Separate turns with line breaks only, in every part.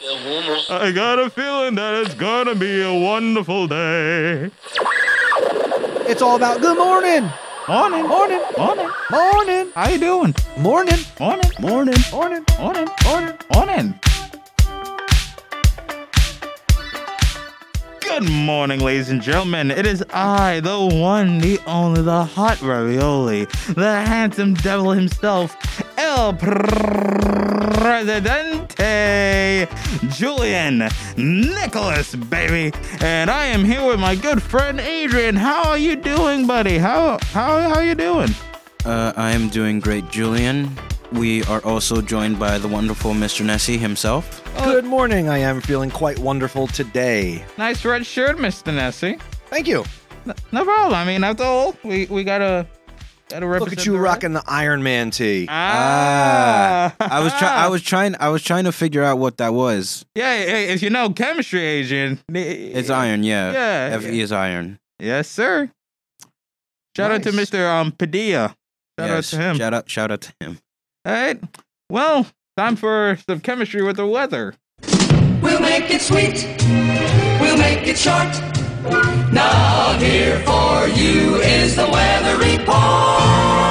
I got a feeling that it's gonna be a wonderful day.
It's all about good morning,
Morning.
morning,
Morning.
morning,
How you doing?
morning,
Morning. Morning.
morning.
Morning. Morning. Morning. Good morning, ladies and gentlemen. It is I, the one, the only, the hot ravioli, the handsome devil himself, El Presidente, Julian Nicholas, baby. And I am here with my good friend Adrian. How are you doing, buddy? How how how you doing?
Uh, I am doing great, Julian. We are also joined by the wonderful Mr. Nessie himself.
Good morning. I am feeling quite wonderful today.
Nice red shirt, Mr. Nessie.
Thank you.
No problem. I mean, after all, we we gotta gotta represent.
Look at you
the red.
rocking the Iron Man tee.
Ah,
I was try- I was trying I was trying to figure out what that was.
Yeah, hey, if you know chemistry, Adrian,
It's
it's
iron, yeah.
Yeah,
Fe is iron.
Yes, sir. Shout out to
Nice.
Mr. Um Padilla. Shout
Yes,
out to him.
Shout out shout out to him.
all right. Well, time for some chemistry with the weather.
We'll make it sweet. We'll make it short. Now here for you is the weather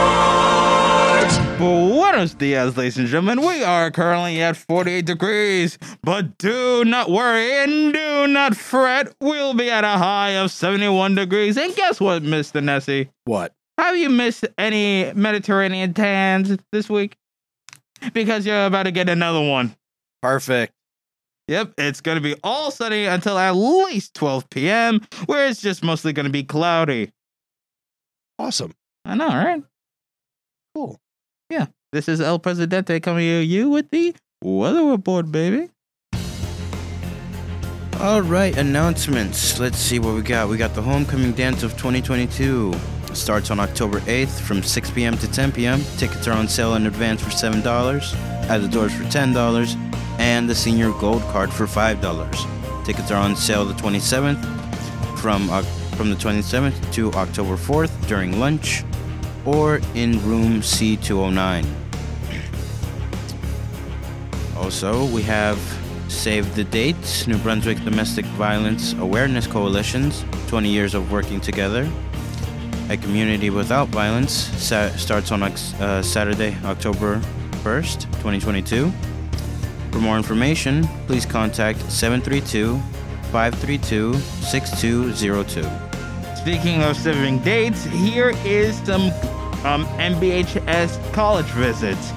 report.
Buenos dias, ladies and gentlemen. We are currently at 48 degrees, but do not worry and do not fret. We'll be at a high of 71 degrees. And guess what, Mr. Nessie?
What?
Have you missed any Mediterranean tans this week? Because you're about to get another one.
Perfect.
Yep, it's going to be all sunny until at least 12 p.m., where it's just mostly going to be cloudy.
Awesome.
I know, right?
Cool.
Yeah, this is El Presidente coming to you with the weather report, baby.
All right, announcements. Let's see what we got. We got the homecoming dance of 2022. It starts on October 8th from 6 p.m. to 10 p.m. Tickets are on sale in advance for $7, at the doors for $10, and the senior gold card for $5. Tickets are on sale the 27th from Oc- from the 27th to October 4th during lunch or in room C209. Also, we have Save the Dates, New Brunswick Domestic Violence Awareness Coalitions, 20 years of working together. A community without violence sa- starts on Ox- uh, Saturday, October 1st, 2022. For more information, please contact 732 532 6202.
Speaking of serving dates, here is some um, MBHS college visits.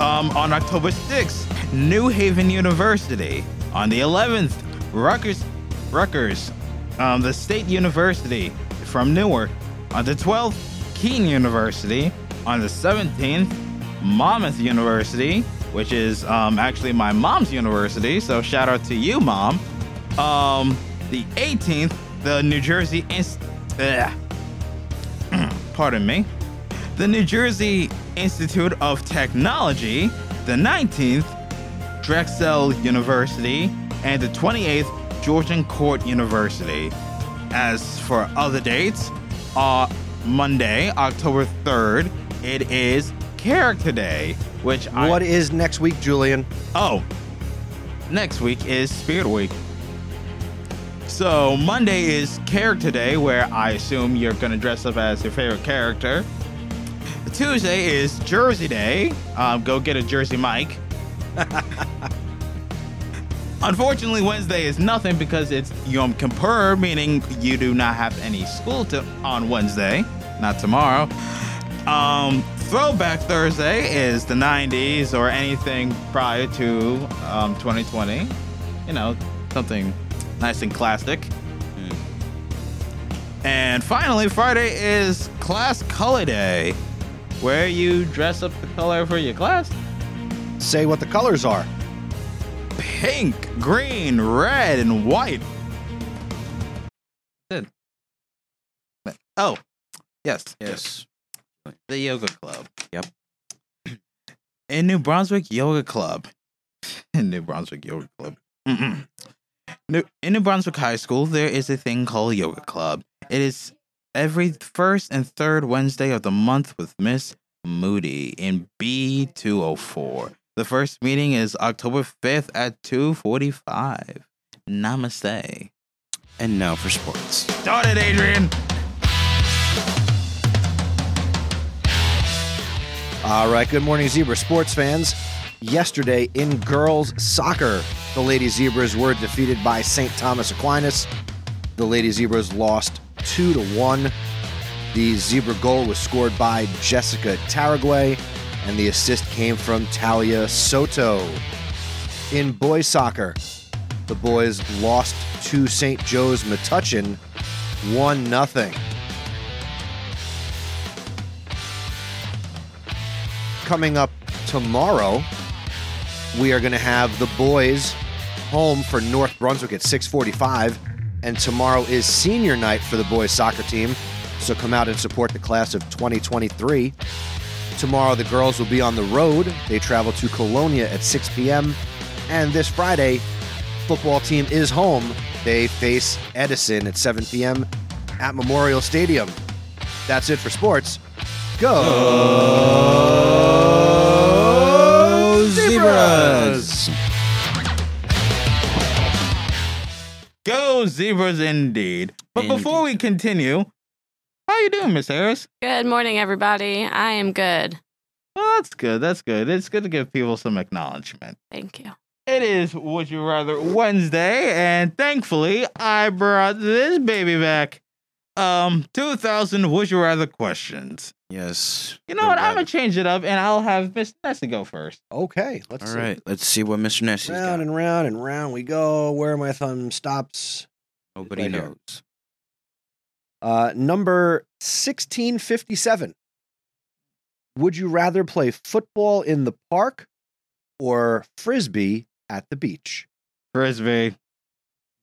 Um, on October 6th, New Haven University. On the 11th, Rutgers, Rutgers um, the State University from Newark. On the 12th, Keene University. On the 17th, Monmouth University, which is um, actually my mom's university, so shout out to you, mom. Um, the 18th, the New Jersey Inst- Ugh. Pardon me. The New Jersey Institute of Technology. The 19th, Drexel University. And the 28th, Georgian Court University. As for other dates, uh, Monday, October 3rd, it is Character Day, which I.
What is next week, Julian?
Oh, next week is Spirit Week. So Monday is Character Day, where I assume you're gonna dress up as your favorite character. Tuesday is Jersey Day. Um, go get a Jersey Mike. Unfortunately, Wednesday is nothing because it's Yom Kippur, meaning you do not have any school to on Wednesday, not tomorrow. Um, Throwback Thursday is the 90s or anything prior to um, 2020. You know, something nice and classic. And finally, Friday is Class Color Day, where you dress up the color for your class
Say what the colors are.
pink, green, red, and white. Good. Oh, yes.
Yes.
The yoga club.
Yep.
In New Brunswick Yoga Club. In New Brunswick Yoga Club. Mm-mm. New- In New Brunswick High School, there is a thing called Yoga Club. It is every first and third Wednesday of the month with Miss Moody in B204. The first meeting is October 5th at 2:45. Namaste.
And now for sports.
Start it, Adrian.
All right, good morning, Zebra sports fans. Yesterday in girls soccer, the Lady Zebras were defeated by St. Thomas Aquinas. The Lady Zebras lost 2 to 1. The Zebra goal was scored by Jessica Taragway, and the assist came from Talia Soto. In boys soccer, the boys lost to St. Joe's Metuchen 1 0. coming up tomorrow, we are going to have the boys home for North Brunswick at 6:45, and tomorrow is senior night for the boys soccer team. So come out and support the class of 2023. Tomorrow the girls will be on the road. They travel to Colonia at 6 p.m. And this Friday, football team is home. They face Edison at 7 p.m. at Memorial Stadium. That's it for sports. Go!
Zebras!
Go zebras indeed. But before we continue, how you doing, Miss Harris?
Good morning, everybody. I am good.
Well, that's good. That's good. It's good to give people some acknowledgement.
Thank you.
It is Would You Rather Wednesday, and thankfully I brought this baby back. Um, 2000 Would You Rather questions.
Yes.
You know what?
They're
I'm
rather-
gonna change it up, and I'll have Miss Nessie go first.
Okay, let's
All
see.
right, let's see what Mr. Nessie's
Round
got.
and round and round we go. Where my thumb stops.
Nobody
right here.
knows.
Uh, number 1657. Would you rather play football in the park or frisbee at the beach?
Frisbee.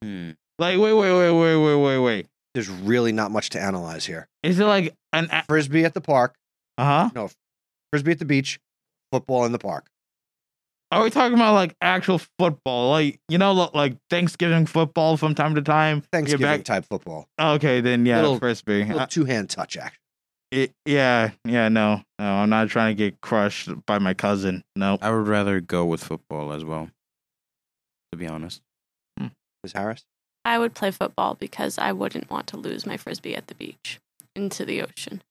Hmm.
Like, wait, wait, wait, wait, wait, wait, wait.
There's really not much to analyze here.
Is it like an uh-huh? uh
Frisbee at the park,
huh?
frisbee at the beach, football in the park.
Are we talking about like actual football? Like you know, lo- like Thanksgiving football from time to time. You're
Thanksgiving
back- Oh,
type football.
Okay, then yeah,
Little-
frisbee. Uh,
Little two hand touch action.
I- yeah, yeah, no, no, I'm not trying to get crushed by my cousin. No,
I would rather go with football as well, to be honest.
Ms. Harris?
I would play football because I wouldn't want to lose my frisbee at the beach into the ocean.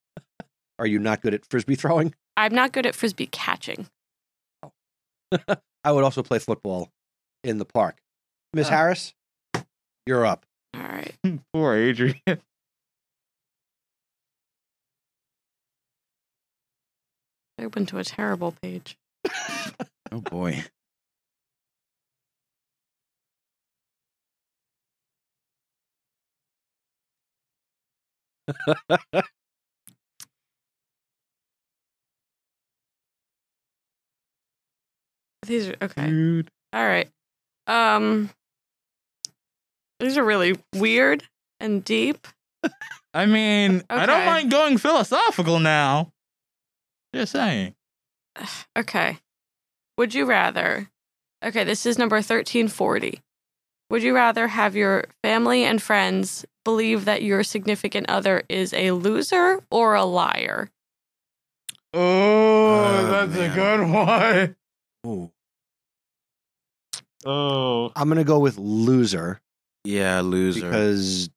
Are you not good at frisbee throwing?
I'm not good at frisbee catching.
I would also play football in the park. Ms.
Oh.
Harris, you're up.
All right.
poor Adrian.
I went to a terrible page.
Oh boy.
These are
Mm.
okay.
Dude,
All right. Um, these are really weird and deep.
I mean, I don't
Okay.
mind going philosophical now. Just saying.
Okay. Would you rather? Okay, this is number 1340. Would you rather have your family and friends believe that your significant other is a loser or a liar?
Oh,
Oh, that's a man.
one.
good
Ooh.
Oh,
I'm going to go with loser.
Yeah, loser.
because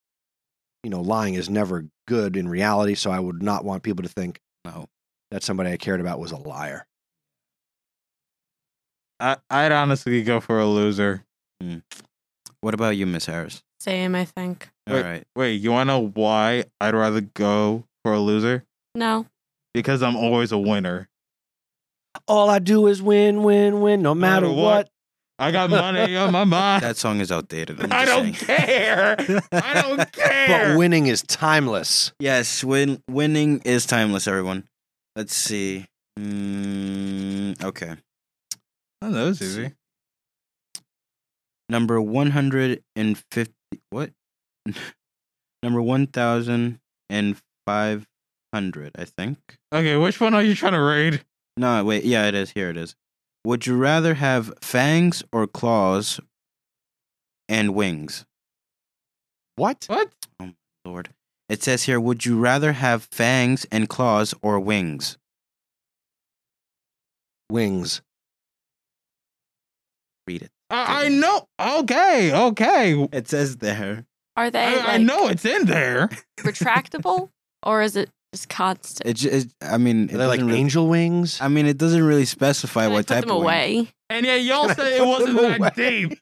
you know lying is never good in reality so i would not want people to think
No.
that somebody i cared about was a liar
I, I'd honestly go for a loser.
What about you, Miss Harris?
Same, I think.
All
Wait.
right.
Wait, you want to know why I'd rather go for a loser?
No.
Because I'm always a winner.
all i do is win win win no matter
matter
what
what. I got money on my mind.
That song is outdated. I'm
I
just
don't
saying.
care. I don't care.
but winning is timeless
Yes, win winning is timeless, everyone. Let's see. Mm, okay.
Oh, that was easy.
Number 150 what? Number 1500, I think.
Okay, which one are you trying to raid?
No, wait. Yeah, it is. Here it is. Would you rather have fangs or claws and wings?
what
What?
Lord. It says here, would you rather have fangs and claws or wings?
wings
Read it.
I, I know. Okay, okay.
It says there.
Are they
I,
like,
I know it's in there.
retractable or is it just constant?
It, ju- it I mean, it
Are they like
doesn't really-
angel wings?
I mean, it doesn't really specify
Can I
what
put
type
them
of wing.
away?
And yeah, y'all
Can I
said it
put
wasn't
them
that deep.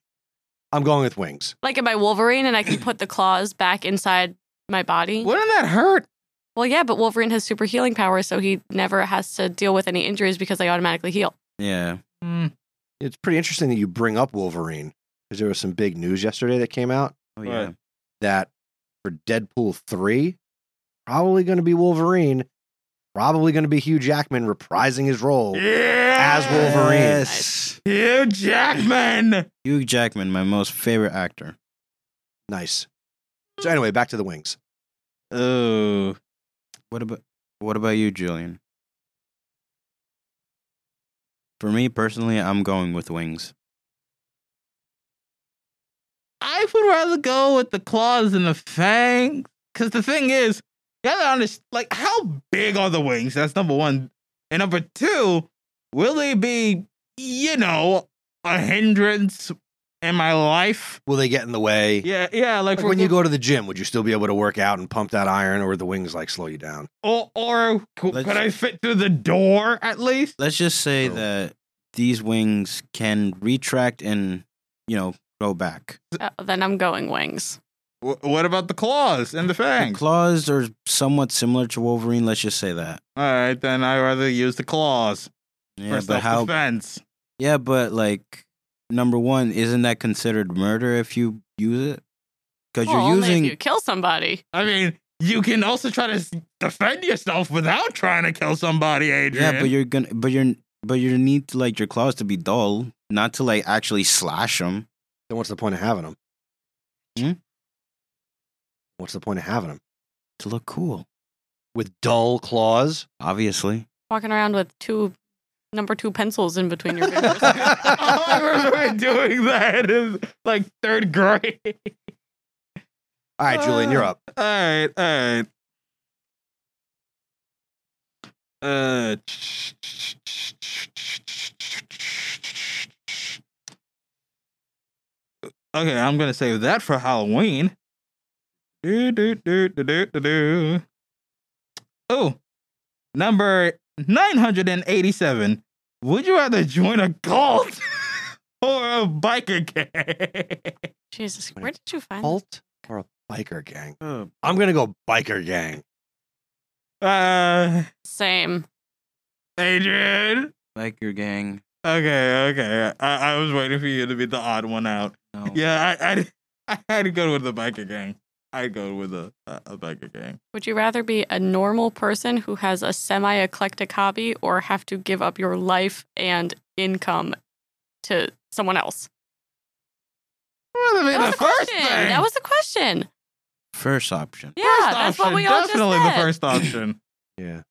I'm going with wings.
Like in my Wolverine, and I can put the claws back inside my body.
Wouldn't that hurt?
Well, yeah, but Wolverine has super healing powers, so he never has to deal with any injuries because they automatically heal.
Yeah.
Mm.
It's pretty interesting that you bring up Wolverine because there was some big news yesterday that came out
Oh, yeah.
Right.
that for Deadpool 3, probably going to be Wolverine, probably going to be Hugh Jackman reprising his role.
Yeah.
As Wolverine.
Yes.
Hugh Jackman.
Hugh Jackman, my most favorite actor.
Nice. So, anyway, back to the wings.
Oh.
What about What about you, Julian? For me personally, I'm going with wings.
I would rather go with the claws and the fangs. Because the thing is, you gotta understand, like, how big are the wings? That's number one. And number two, will they be, you know, a hindrance in my life?
Will they get in the way?
Yeah, yeah. Like,
Like
for-
when you go to the gym, would you still be able to work out and pump that iron, or would the wings like slow you down?
or, or c-
Let's-
could I fit through the door at least?
Let's just say
Oh.
that these wings can retract and you know grow back.
Uh, then I'm going wings.
Wh- what about the claws and the
The
fangs?
claws are somewhat similar to Wolverine. Let's just say that.
All right, then I'd rather use the claws
Yeah,
for
but how?
self-defense.
Yeah, but like number one, isn't that considered murder if you use it? Because
Well,
you're
only
using
if you kill somebody.
I mean, you can also try to s- defend yourself without trying to kill somebody, Adrian.
Yeah, but you're gonna, but you're, but you need to like your claws to be dull, not to like actually slash them.
Then what's the point of having them?
Hmm?
What's the point of having them
To look cool,
with dull claws?
obviously.
Walking around with two number two pencils in between your fingers.
All I remember doing that is like third grade.
All right, Julian, you're up.
All right, all right. Uh, okay, I'm gonna save that for Halloween. Do, do, do, do, do, do, do. Oh, number 987. Would you rather join a cult or a biker gang?
Jesus, where did you find? That?
Cult or a biker gang? I'm gonna go biker gang.
Uh,
Same.
Adrian.
Like your gang.
Okay, okay. I, I was waiting for you to be the odd one out.
No.
Yeah, I, I, I had to go with the biker gang. Uh, I'd go with a, a, a biker gang.
Would you rather be a normal person who has a semi eclectic hobby or have to give up your life and income to someone else?
Well, I mean,
That was
the
the
first
question.
thing.
That was the question.
First option.
Yeah,
First
that's what
option,
we all
Definitely
just said.
the first option.
Yeah.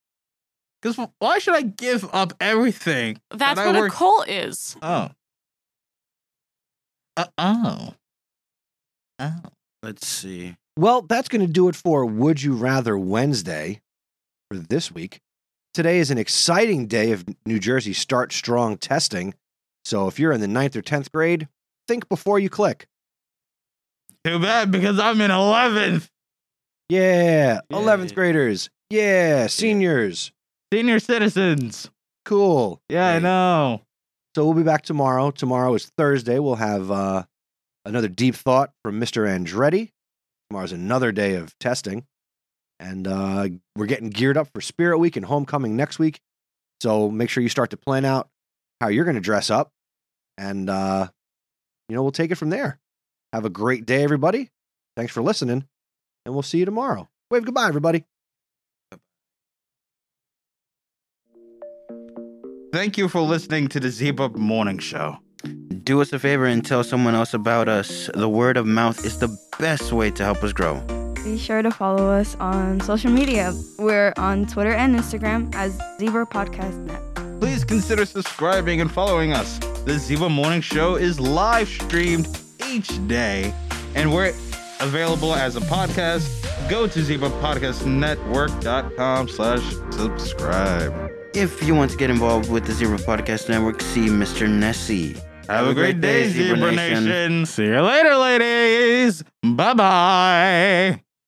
Because why should I give up everything? that
That's
I
what a
worked-
cult is.
Oh. Uh, oh. Oh.
Let's see.
Well, that's gonna do it for Would You Rather Wednesday for this week. Today is an exciting day of New Jersey Start Strong testing. So if you're in the ninth or tenth grade, think before you click.
Too bad because I'm in 11th.
Yeah.
Yeah.
Eleventh graders. Yeah. Seniors.
Senior citizens.
Cool.
Yeah, I
Right.
know.
So we'll be back tomorrow. Tomorrow is Thursday. We'll have uh, another deep thought from Mr. Andretti. Tomorrow's another day of testing. And uh, we're getting geared up for Spirit Week and Homecoming next week. So make sure you start to plan out how you're going to dress up. And, uh, you know, we'll take it from there. Have a great day, everybody. Thanks for listening. And we'll see you tomorrow. Wave goodbye, everybody.
Thank you for listening to the Zebra Morning Show.
Do us a favor and tell someone else about us. The word of mouth is the best way to help us grow.
Be sure to follow us on social media. We're on Twitter and Instagram as Zebra Podcast Net.
please consider subscribing and following us. The Ziva Morning Show is live streamed each day, and we're available as a podcast. Go to zebapodcastnetwork.com slash subscribe.
If you want to get involved with the Zebra Podcast Network, see Mr. Nessie. Have a great day, Zebra Nation.
See you later, ladies. Bye bye.